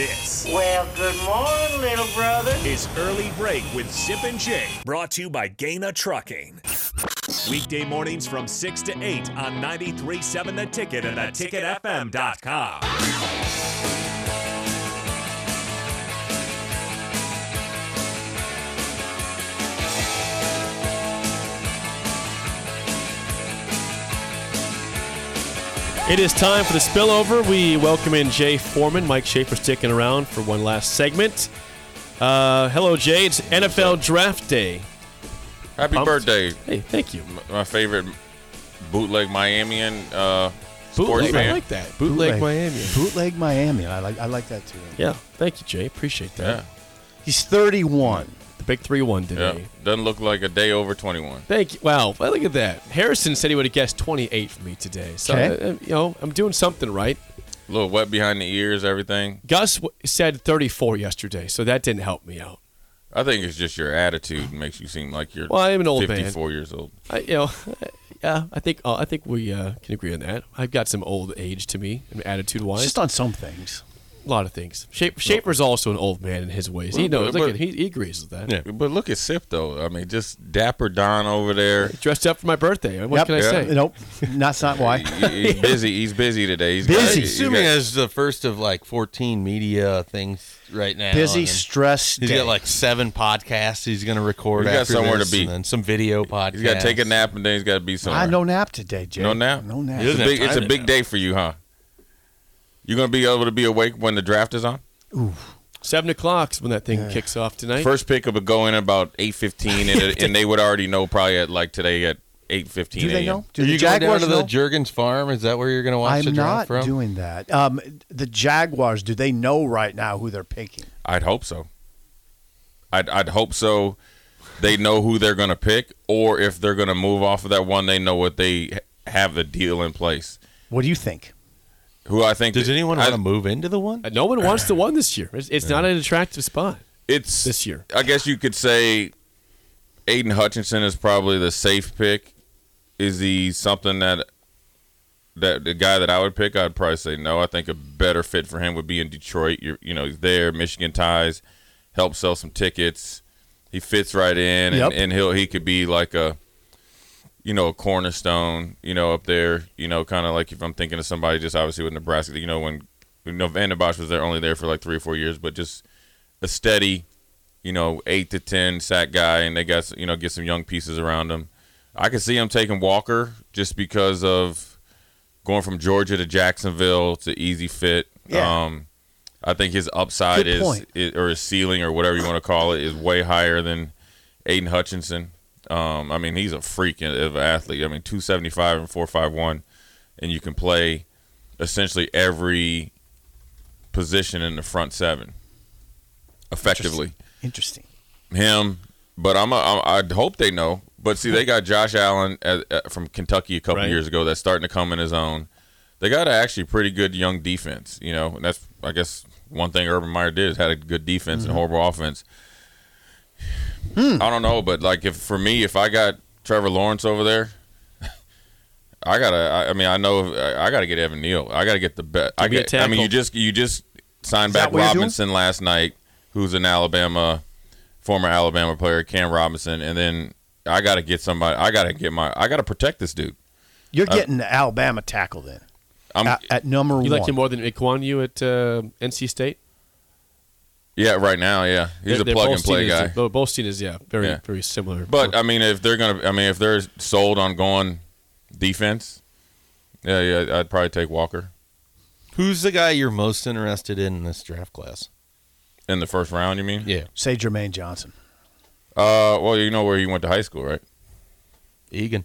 This Well, good morning, little brother. is Early Break with Zip and Jay, brought to you by Gaina Trucking. Weekday mornings from 6 to 8 on 93.7 The Ticket and theticketfm.com. It is time for the spillover. We welcome in Jay Foreman, Mike Schaefer sticking around for one last segment. Uh, hello, Jay. It's NFL Draft Day. Happy Pumped. birthday, Hey, thank you. m- my favorite bootleg Miamian uh, sports Bootleg, I fan. like that. Bootleg, Miami. Bootleg Miami. I like I like that too. Yeah, thank you, Jay. Appreciate that. yeah, He's 31. The big three-one yeah. today. Doesn't look like a day over 21. Thank you. Wow, well, look at that. Harrison said he would have guessed 28 for me today. So, Okay. uh, you know, I'm doing something right. A little wet behind the ears, everything. Gus w- said 34 yesterday, so that didn't help me out. I think it's just your attitude makes you seem like you're Well, I am an old man. 54 years old. I, you know, yeah, I think uh, I think we uh, can agree on that. I've got some old age to me, and attitude-wise, Just on some things. a lot of things. Shape, Shaper's also an old man in his ways. He Well, knows. but- Look, at, he, he agrees with that. But look at Sip though. I mean, just dapper Don over there. Dressed up for my birthday. What Yep. can I Yeah. say? Nope. That's not why. He- he- he's busy. He's busy today. He's Busy. he's Assuming that's the first of like 14 media things right now. Busy, and stressed He's day. got like seven podcasts he's going to record. He's got after somewhere this, to be. And then some video podcasts. he's got to take a nap and then he's got to be somewhere. I no nap today, Jay. No nap. No nap. He It's a doesn't big. have It's a time to big nap. day for you, huh? You're gonna be able to be awake when the draft is on. Seven o'clock's when that thing kicks off tonight. First pick would go in about eight fifteen, and it, and they would already know probably at like today at eight fifteen. Do they know? Do Are the you going down Jaguars to the know? Jurgens farm? Is that where you're going to watch the I'm draft not from? doing that. Um, the Jaguars, do they know right now who they're picking? I'd hope so. I'd I'd hope so. They know who they're gonna pick, or if they're gonna move off of that one, they know what they ha- have the deal in place. What do you think? Who I think Does anyone I- want to move into the one? Uh, No one wants the one this year. It's, it's not an attractive spot. It's this year? I guess you could say Aiden Hutchinson is probably the safe pick. Is he something that that the guy that I would pick? I'd probably say no. I think a better fit for him would be in Detroit. You're, you know, he's there, Michigan ties, help sell some tickets. He fits right in, and, Yep. and he'll he could be like a you know a cornerstone. You know, up there. You know, kind of like if I'm thinking of somebody just obviously with Nebraska. You know, when you know Vandenbosch was there only there for like three or four years, but just a steady you know, eight to ten sack guy, and they got you know get some young pieces around him. I could see him taking Walker just because of going from Georgia to Jacksonville. It's an easy fit. Yeah. Um, I think his upside Good is, point. is or his ceiling or whatever you want to call it is way higher than Aiden Hutchinson. Um, I mean, he's a freak of an athlete. I mean, two seventy five and four five one, and you can play essentially every position in the front seven effectively Interesting. him, but I'm a, I, I hope they know. But see, they got Josh Allen at, at, from Kentucky a couple Right. years ago that's starting to come in his own. They got a actually pretty good young defense, you know, and that's I guess one thing Urban Meyer did is had a good defense Mm-hmm. and horrible offense. Hmm. I don't know, but like if for me, if I got Trevor Lawrence over there, I gotta. I, I mean, I know I, I gotta get Evan Neal. I gotta get the best. I, me a get, I mean, tackle. you just you just signed that back what you're doing? Robinson last night, who's an Alabama former Alabama player, Cam Robinson, and then I gotta get somebody. I gotta get my. I gotta protect this dude. Uh, You're getting the Alabama tackle then I'm. at, at number You one. like him more than Ikwan you at uh, NC State? yeah, right now, yeah, he's They're- a they're plug both and play seen as- guy. bo- both seen as yeah, very Yeah. very similar. But I mean, if they're gonna, I mean, if they're sold on going defense, yeah, yeah, I'd probably take Walker Who's the guy you're most interested in in this draft class? in the first round. You mean? Yeah. Say Jermaine Johnson. Uh, well, you know where he went to high school, right? Egan.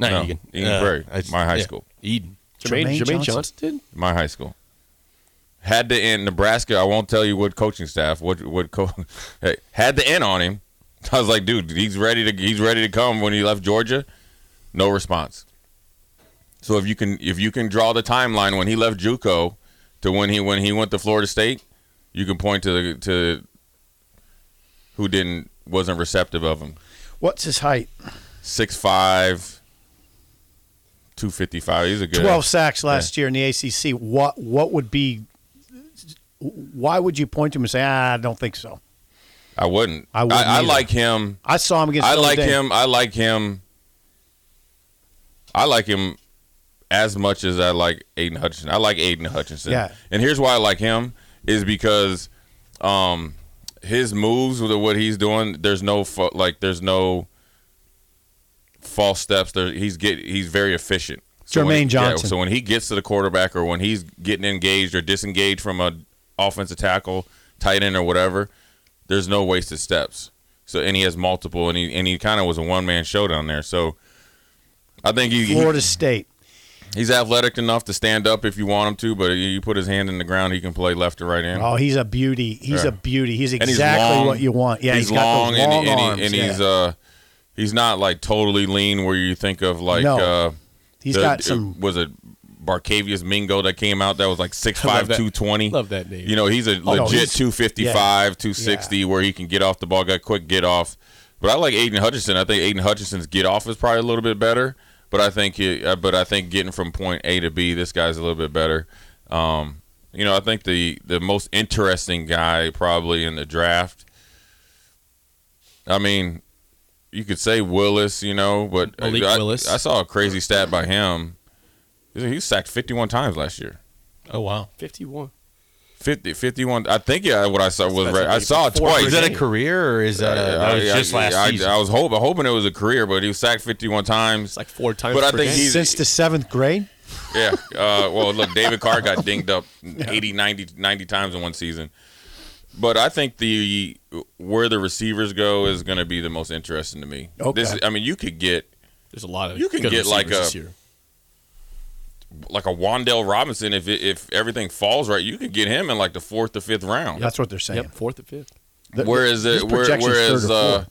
Not No, Egan. Uh, Egan Prairie, it's- my high school. Eden. Jermaine, Jermaine Jermaine Johnson. Johnson. did? my high school. Had the in Nebraska. I won't tell you what coaching staff. What what co- hey, had the in on him. I was like, dude, he's ready to he's ready to come. When he left Georgia, no response. So if you can if you can draw the timeline when he left JUCO to when he when he went to Florida State, you can point to the to who didn't wasn't receptive of him. What's his height? Six five, two fifty five. He's a good 12 sacks last year in the ACC. What what would be why would you point to him and say, ah, I don't think so? I wouldn't. I wouldn't I, either. like him. I saw him against. I Notre like Dame. him. I like him. I like him as much as I like Aiden Hutchinson. I like Aiden Hutchinson. Yeah. And here's why I like him is because um his moves with what he's doing, there's no fu- like there's no false steps. There he's get he's very efficient. So when Jermaine he- yeah, Johnson. so when he gets to the quarterback or when he's getting engaged or disengaged from a offensive tackle, tight end or whatever, there's no wasted steps. So and he has multiple and he and he kind of was a one man show down there. So I think he, he Florida State. He's athletic enough to stand up if you want him to, but you you put his hand in the ground, he can play left or right hand. Oh, he's a beauty. He's Yeah. a beauty. He's and he's exactly long. what you want. Yeah, he's, he's got long, those and, long he- and, he- arms. and yeah. he's uh, he's not like totally lean where you think of like No. uh, He's the- got some. was it Barcavius Mingo that came out that was like 6'5", that. 220. Love that name. You know, he's a no, legit he's- 255, 260 where he can get off the ball, got quick get off. But I like Aiden Hutchinson. I think Aiden Hutchinson's get off is probably a little bit better, but I think he, uh, but I think getting from point A to B, this guy's a little bit better. Um, you know, I think the the most interesting guy probably in the draft. I mean, you could say Willis, you know, but uh, Malik I, Willis. I saw a crazy stat by him. He was sacked 51 times last year. Oh wow, 51. 50, 51. I think yeah, what I saw was right. I saw it Four twice. is that a career or is Uh, that? A, that was I- I- just last Uh, I, season. I was hoping, hoping it was a career, but he was sacked 51 times. It's like four times. but I per think game. he's Since the seventh grade, yeah. Uh, well, look, David Carr got dinged up 80, 90, 90 times in one season. But I think the where the receivers go is going to be the most interesting to me. Okay. This is, I mean, you could get there's a lot of you can good get, like, receivers a- this year. like a Wandell Robinson if it, if everything falls right, you could get him in like the fourth or fifth round. that's what they're saying. Yep, fourth or fifth. The- Where is his it? Where, projection's whereas third or uh, fourth.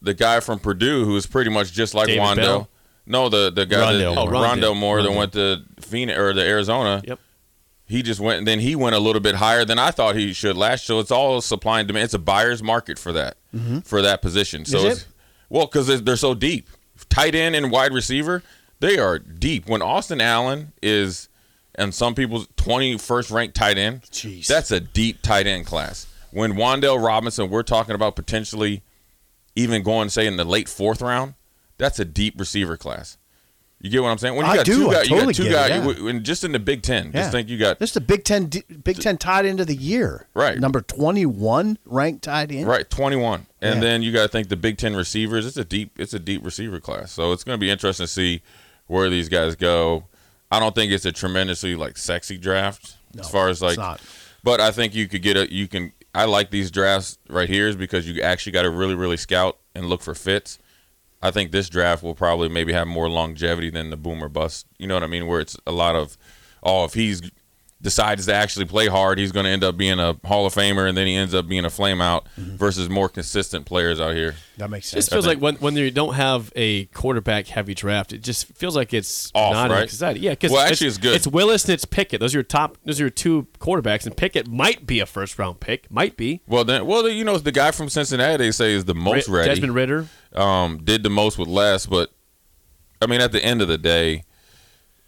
the guy from Purdue, who is pretty much just like David Wando. Bell? No, the the guy Rondell. that, Oh, Rondell. Rondell Moore that went to Phoenix or the Arizona. Yep. He just went, then he went a little bit higher than I thought he should last. So it's all supply and demand. It's a buyer's market for that for that position. So Mm-hmm. Is it's, it? well, because they're so deep, tight end and wide receiver, they are deep. When Austin Allen is, and some people's twenty first ranked tight end, Jeez. that's a deep tight end class. When Wandell Robinson, we're talking about potentially even going, say, in the late fourth round, that's a deep receiver class. You get what I'm saying? When you I got do. two I guys, you totally got two get it, guys, yeah. w- and just in the Big Ten, Yeah. just think you got This is the Big Ten, d- Big Ten tied into the year. Right. Number 21 ranked tied in. right 21, and Yeah. then you got to think the Big Ten receivers. It's a deep, it's a deep receiver class. So it's going to be interesting to see where these guys go. I don't think it's a tremendously like sexy draft as far as like it's not. But I think you could get a you can. I like these drafts right here is because you actually got to really really scout and look for fits. I think this draft will probably maybe have more longevity than the boomer bust. You know what I mean? Where it's a lot of oh, if he's decides to actually play hard, he's going to end up being a Hall of Famer, and then he ends up being a flame out Mm-hmm. versus more consistent players out here. That makes sense. just feels like when when you don't have a quarterback heavy draft, it just feels like it's Off, not an right? exciting. Yeah, because Well, actually, it's good. It's Willis and it's Pickett. Those are your top. Those are your two quarterbacks, and Pickett might be a first round pick. Might be. Well, then, well, you know, the guy from Cincinnati they say is the most Ri- ready. Desmond Ritter. um, did the most with less, but I mean, at the end of the day,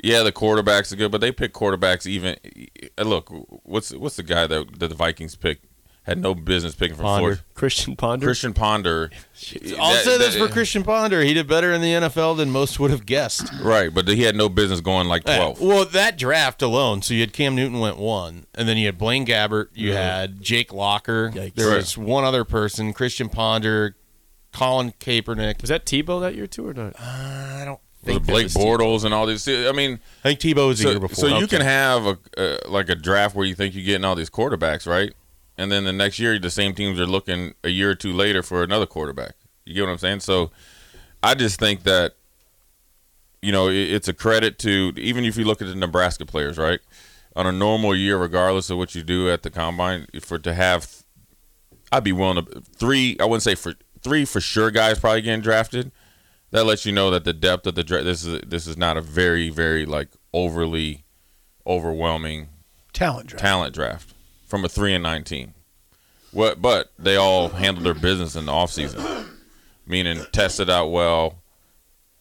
yeah, the quarterbacks are good, but they pick quarterbacks even. uh, Look, what's what's the guy that, that the Vikings picked had no business picking from Ponder. Florida? Christian Ponder. Christian Ponder. I'll That- say this that- for Christian Ponder. He did better in the NFL than most would have guessed. Right, but he had no business going like Yeah, 12. Well, that draft alone. So you had Cam Newton went one, and then you had Blaine Gabbert. You had Jake Locker. Yikes. There Mm-hmm. Right. was one other person, Christian Ponder, Colin Kaepernick. Was that Tebow that year too or not? I I don't With think that Blake was Tebow. Bortles and all this. I mean, I think Tebow was the so, year before. so you can have a uh, like a draft where you think you're getting all these quarterbacks, right? And then the next year, the same teams are looking a year or two later for another quarterback. You get what I'm saying? So I just think that you know it, it's a credit to even if you look at the Nebraska players, right? On a normal year, regardless of what you do at the combine, for to have, I'd be willing to three. I wouldn't say for three for sure. Guys probably getting drafted. That lets you know that the depth of the draft. This is this is not a very very like overly overwhelming Talent draft. talent draft from a three and nine team. What, but they all handled their business in the offseason, meaning tested out well.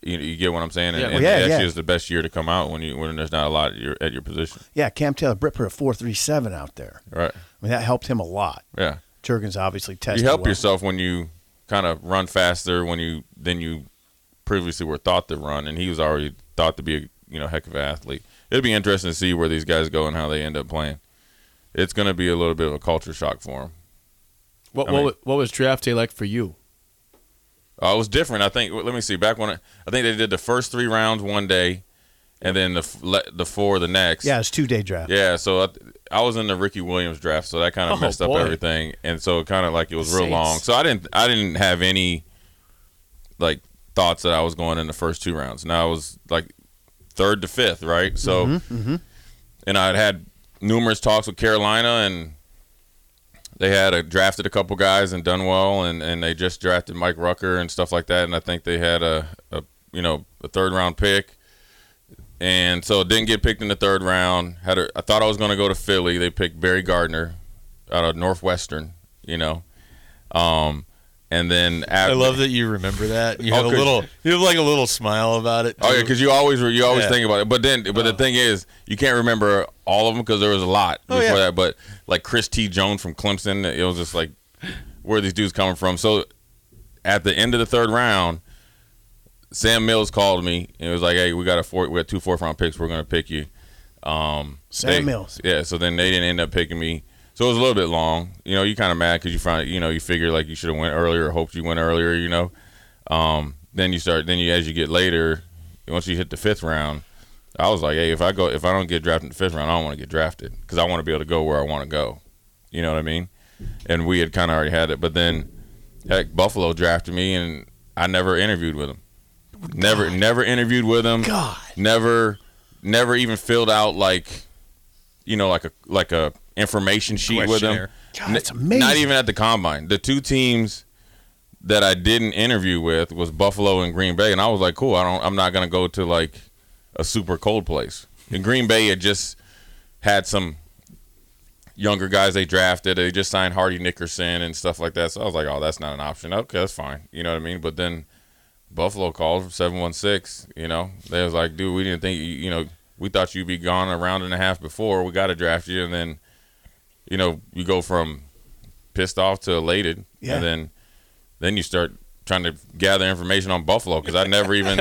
You, you get what I'm saying, and, Yeah. and Yeah, it actually yeah. is the best year to come out when you when there's not a lot at your, at your position, Yeah, Cam Taylor Britt put a 437 out there. right? I mean, that helped him a lot. Yeah. Jurgens obviously tested. you help well. yourself when you kind of run faster when you than you previously were thought to run, and he was already thought to be a you know heck of an athlete. It'll be interesting to see where these guys go and how they end up playing. It's going to be a little bit of a culture shock for him. What, I mean- what what was draft day like for you? Uh, it was different. I think. Let me see. Back when I, I think they did the first three rounds one day, and then the f- le- the four the next. Yeah, it's two day draft. Yeah, so I, I was in the Ricky Williams draft, so that kind Oh, of messed up boy. everything, and so kind of like it was real Saints. long. So I didn't I didn't have any like thoughts that I was going in the first two rounds. Now I was like third to fifth, right? So, Mm-hmm, and I had had numerous talks with Carolina, and they had a, drafted a couple guys and done well, and and they just drafted Mike Rucker and stuff like that, and I think they had a, a you know a third round pick and so didn't get picked in the third round. Had a, I thought I was going to go to Philly. They picked Barry Gardner out of Northwestern, you know, um, and then I after, love that you remember that. You Oh, have a 'cause- little, you have like a little smile about it. Oh yeah, too. because you always you always Yeah. Uh-huh. think about it. But then, but the thing is, you can't remember all of them because there was a lot Oh, before yeah. that. But like Chris T. Jones from Clemson, it was just like where are these dudes coming from. So at the end of the third round, Sam Mills called me and was like, "Hey, we got a four, we got two fourth round picks. We're gonna pick you." Um, Sam they- Mills. Yeah. So then they didn't end up picking me. So it was a little bit long. You know, you kind of mad because you find you know you figure like you should have went earlier, or hoped you went earlier. You know um, then you start then you as you get later once you hit the fifth round i was like hey if i go if i don't get drafted in the fifth round i don't want to get drafted because i want to be able to go where i want to go you know what i mean and we had kind of already had it but then heck buffalo drafted me and i never interviewed with him never never interviewed with him God. never never even filled out like you know like a like a information sheet with him Questionnaire. God, that's N- amazing. Not even at the combine. The two teams that I didn't interview with was Buffalo and Green Bay, and I was like, cool. I don't. I'm not gonna go to like a super cold place. And Green Bay had just had some younger guys they drafted. They just signed Hardy Nickerson and stuff like that. So I was like, oh, that's not an option. Okay, that's fine. You know what I mean? But then Buffalo called from seven one six. You know, they was like, dude, we didn't think you. You know, we thought you'd be gone a round and a half before we got to draft you, and then you know, you go from pissed off to elated, Yeah. and then then you start trying to gather information on Buffalo because I never even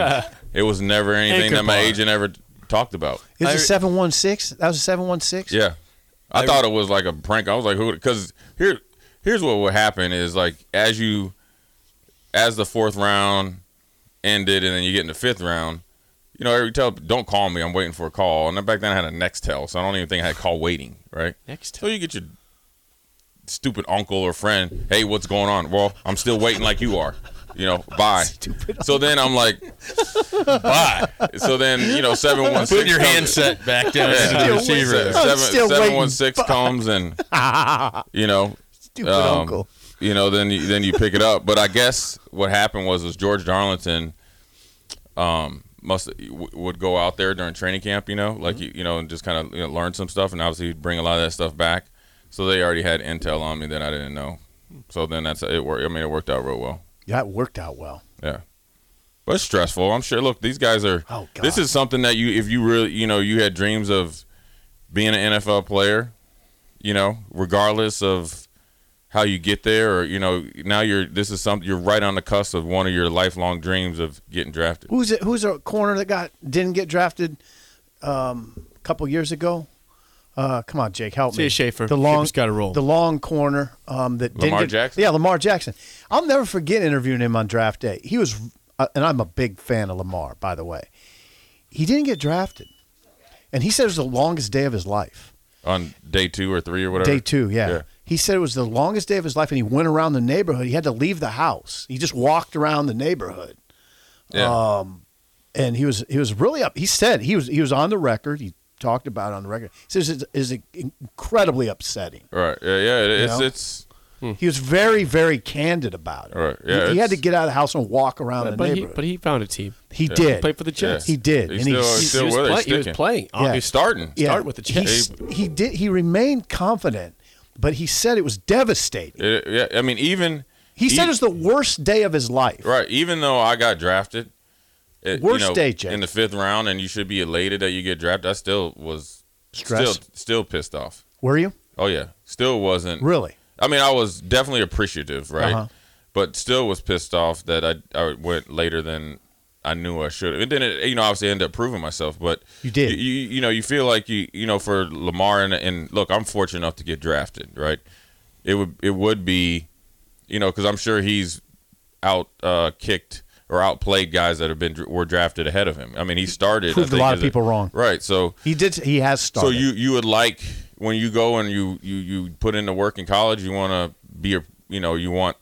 it was never anything Anchor that my bar. agent ever talked about. It was I- a seven one six. That was a seven one six. Yeah, I, I- thought it was like a prank. I was like, who? Because here, here's what would happen is like as you, as the fourth round ended, and then you get in the fifth round. You know, every tell don't call me. I'm waiting for a call. And then back then I had a Nextel, so I don't even think I had call waiting. Right. Next. So you get your stupid uncle or friend. Hey, what's going on? Well, I'm still waiting like you are. You know, bye. So then I'm like, bye. So then you know, seven one six. put your handset back down Yeah. to the Still receiver. I'm still Seven one waiting. six comes and you know, Stupid um, uncle. you know, then you, then you pick it up. But I guess what happened was was George Darlington, um, must w- would go out there during training camp, you know, like Mm-hmm. you, you know, and just kind of you know, learn some stuff, and obviously he'd bring a lot of that stuff back. So they already had intel on me that I didn't know. So then that's it. Worked. I mean, it worked out real well. That worked out well. Yeah. But it's stressful. I'm sure. Look, these guys are. Oh, God. This is something that you, if you really, you know, you had dreams of being an NFL player, you know, regardless of how you get there, or you know, now you're. This is something you're right on the cusp of one of your lifelong dreams of getting drafted. Who's it, who's a corner that got didn't get drafted um, a couple years ago? Uh, come on, Jake, help me. See, Schaefer. the long Schaefer's gotta roll. The long corner um, that Lamar didn't get, Jackson? Yeah, Lamar Jackson. I'll never forget interviewing him on draft day. He was, uh, and I'm a big fan of Lamar, by the way. He didn't get drafted, and he said it was the longest day of his life. On day two or three or whatever. Day two, yeah. Yeah. He said it was the longest day of his life, and he went around the neighborhood. He had to leave the house. He just walked around the neighborhood Yeah. Uh, and he was he was really up. He said he was he was on the record. He talked about it on the record. He says it is incredibly upsetting. right. Yeah. Yeah. It, it's know? it's. Hmm. He was very very candid about it. Right, He- yeah, he, had to it's- get out of the house and walk around the But he, neighborhood. but he found a team. he, did. Played for the Jets. He did, He's and he- still, He- he's Oh, still he, was with play- us. he was sticking. playing. Yeah. Obviously. He's starting. Yeah. start with the He s- He, did. He remained confident, but he said it was devastating. It- yeah. I mean, even He said even- it was the worst day of his life. Right. Even though I got drafted, it, Worst you know, day, Jake. in the fifth round, and you should be elated that you get drafted. I still was Stress. still still pissed off. Were you? Oh yeah, still wasn't Really? I mean, I was definitely appreciative, right? Uh-huh. But still was pissed off that I I went later than I knew I should. have. And then it, you know, obviously, I ended up proving myself. But You did. You, you, you know, you feel like you you know for Lamar and and look, I'm fortunate enough to get drafted, right? It would it would be, you know, because I'm sure he's out uh, kicked or outplayed guys that have been were drafted ahead of him. I mean, he started I Proved a think, lot of as people wrong. right? So He did. He has started. so you you would like when you go and you you you put in the work in college, you want to be a you know you want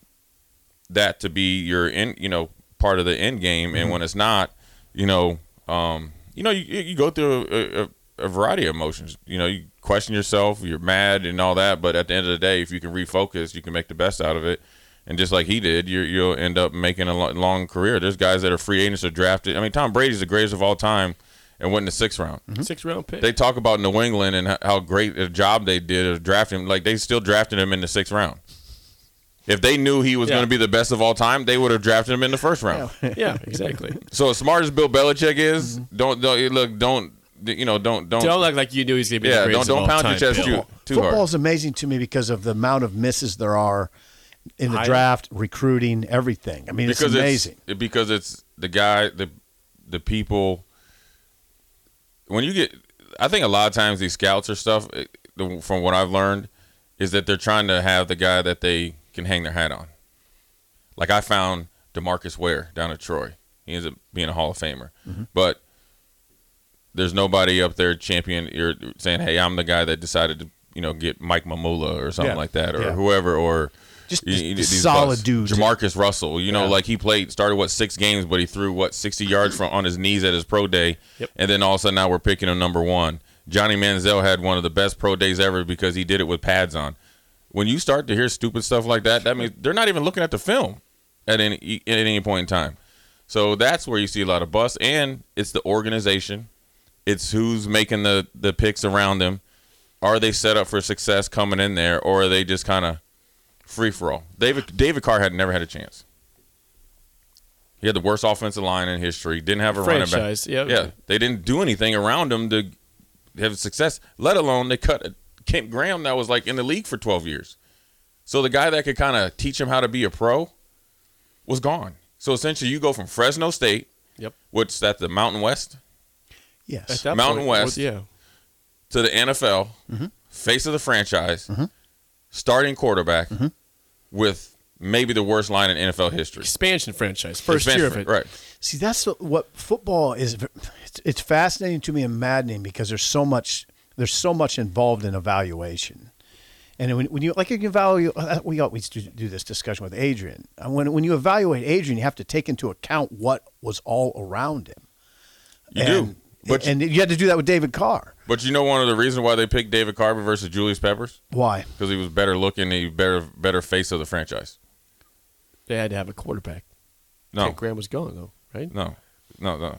that to be your in you know part of the end game, and when it's not, you know, um, you know you you go through a, a, a variety of emotions. You know, you question yourself, you're mad and all that, but at the end of the day, if you can refocus, you can make the best out of it. And just like he did, you you'll end up making a lo- long career. There's guys that are free agents or drafted. I mean, Tom Brady's the greatest of all time, and went in the sixth round Six round pick. they talk about New England and h- how great a job they did of drafting him. Like they still drafted him in the sixth round. If they knew he was Yeah. going to be the best of all time, they would have drafted him in the first round. yeah, Mm-hmm. exactly. So as smart as Bill Belichick is, don't, don't look, don't you know, don't don't, Don't look like you knew he's gonna be Oh. yeah, the don't greatest of don't all pound time, your chest Bill. too, too hard. Football's amazing to me because of the amount of misses there are in the I- draft, recruiting, everything. I mean, it's amazing. It's, because it's the guy, the the people. When you get, I think a lot of times these scouts or stuff, eh, the- from what I've learned, is that they're trying to have the guy that they can hang their hat on. Like I found Demarcus Ware down at Troy. He ends up being a Hall of Famer, Mm-hmm. but there's nobody up there champion. You're saying, "Hey, I'm the guy that decided to." You know, get Mike Mamula or something Yeah. like that, or Yeah. whoever, or Just, you- just you- just these solid busts. dudes. Jamarcus Russell, you know, like he played, started what six games, but he threw what sixty yards from on his knees at his pro day, and then all of a sudden now we're picking him number one. Johnny Manziel had one of the best pro days ever because he did it with pads on. When you start to hear stupid stuff like that, that means they're not even looking at the film at any at any point in time. So that's where you see a lot of busts, and it's the organization, it's who's making the the picks around them. Are they set up for success coming in there, or are they just kind of free for all. David David Carr had never had a chance. He had the worst offensive line in history. Didn't have a Franchise, yeah. running back. Yeah, they didn't do anything around him to have success. Let alone they cut Kent Graham that was like in the league for twelve years. So the guy that could kind of teach him how to be a pro was gone. So essentially, you go from Fresno State, Yep. which that's the Mountain West, At Yes. that Mountain point, well, West. Yeah. to the NFL, Mm-hmm. face of the franchise, starting quarterback, Mm-hmm. with maybe the worst line in NFL history. Expansion franchise. First Expansion year of fran- it. Right. See, that's the- what football is. it's- It's fascinating to me and maddening because there's so much. There's so much involved in evaluation, and when, when you like you can evaluate, uh, we always do, do this discussion with Adrian. And When when you evaluate Adrian, you have to take into account what was all around him. You and, do. But, and you had to do that with David Carr. but you know one of the reasons why they picked David Carver versus Julius Peppers? Why? Because he was better looking, he better better face of the franchise. They had to have a quarterback. No. Kent Graham was gone though, right? No. No, no.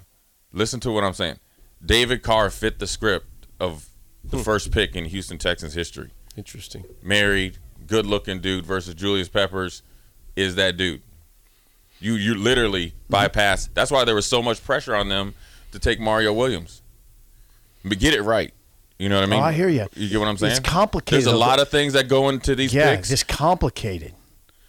Listen to what I'm saying. David Carr fit the script of the first pick in Houston Texans history. Interesting. married, good looking dude versus Julius Peppers is that dude. You you literally bypass. That's why there was so much pressure on them to take Mario Williams. But get it right. You know what I mean? Oh, I hear ya. You get what I'm It's saying? complicated. There's a lot of things that go into these Yeah, picks just complicated.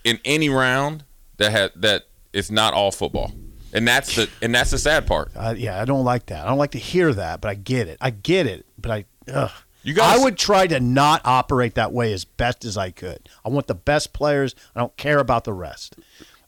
in any round that had that it's not all football. And that's the and that's the sad part. Uh, yeah, I don't like that. I don't like to hear that, but I get it. I get it, but I. Ugh. You guys- I would try to not operate that way as best as I could. I want the best players. I don't care about the rest.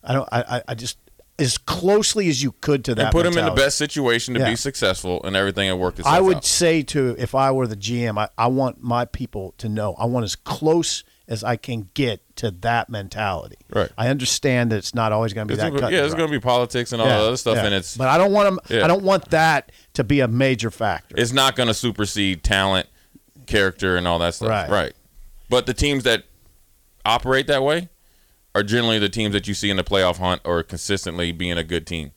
I don't. I. I, I just as closely as you could to that. And put him in the mentality. best situation to Yeah. be successful and everything and work itself I would out. say to if I were the GM, I, I want my people to know I want as close as I can get to that mentality. Right. I understand that it's not always going to be It's that. gonna cut be- yeah, and there's dry. going to be politics and all that other stuff, yeah. and it's But I don't want 'em- Yeah. I don't want that to be a major factor. it's not going to supersede talent, character, and all that stuff. Right. But the teams that operate that way are generally the teams that you see in the playoff hunt or consistently being a good team.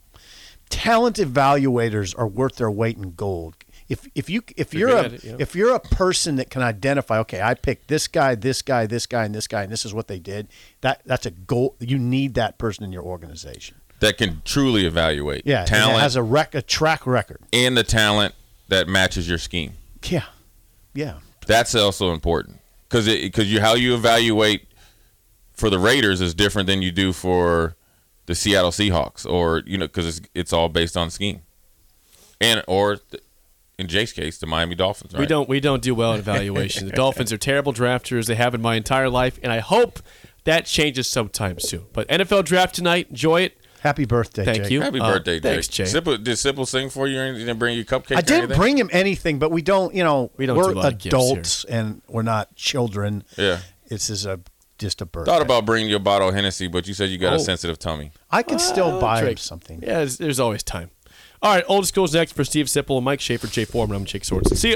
Talent evaluators are worth their weight in gold. If if you if you're good a at it, yeah. if you're a person that can identify, okay, I picked this guy, this guy, this guy, and this guy, and this is what they did. That that's a goal. You need that person in your organization. That can truly evaluate Yeah, and talent it and, has a rec a track record. the talent that matches your scheme. Yeah, yeah. That's also important. because because you how you evaluate for the Raiders is different than you do for the Seattle Seahawks or you know because it's it's all based on scheme and or th- in Jake's case the Miami Dolphins. Right? We don't we don't do well in evaluation. the Dolphins are terrible drafters. They have in my entire life, and I hope that changes sometime soon. But NFL draft tonight. Enjoy it. Happy birthday, Thank Jake. you. Happy Uh, birthday, Jake. thanks, Jake. Sipple, did Sipple sing for you? Or anything? didn't bring you cupcake? I or didn't anything? bring him anything, but we don't, you know, We don't are do a lot of gifts adults and we're not children. Yeah. This is a just a birthday. Thought about bringing you a bottle of Hennessy, but you said you got Oh. a sensitive tummy. I could still buy him Drake. something. Yeah, there's, there's always time. All right, old school's next for Steve Sipple, Mike Schaefer, Jay Foreman. I'm Jake Swords. See you.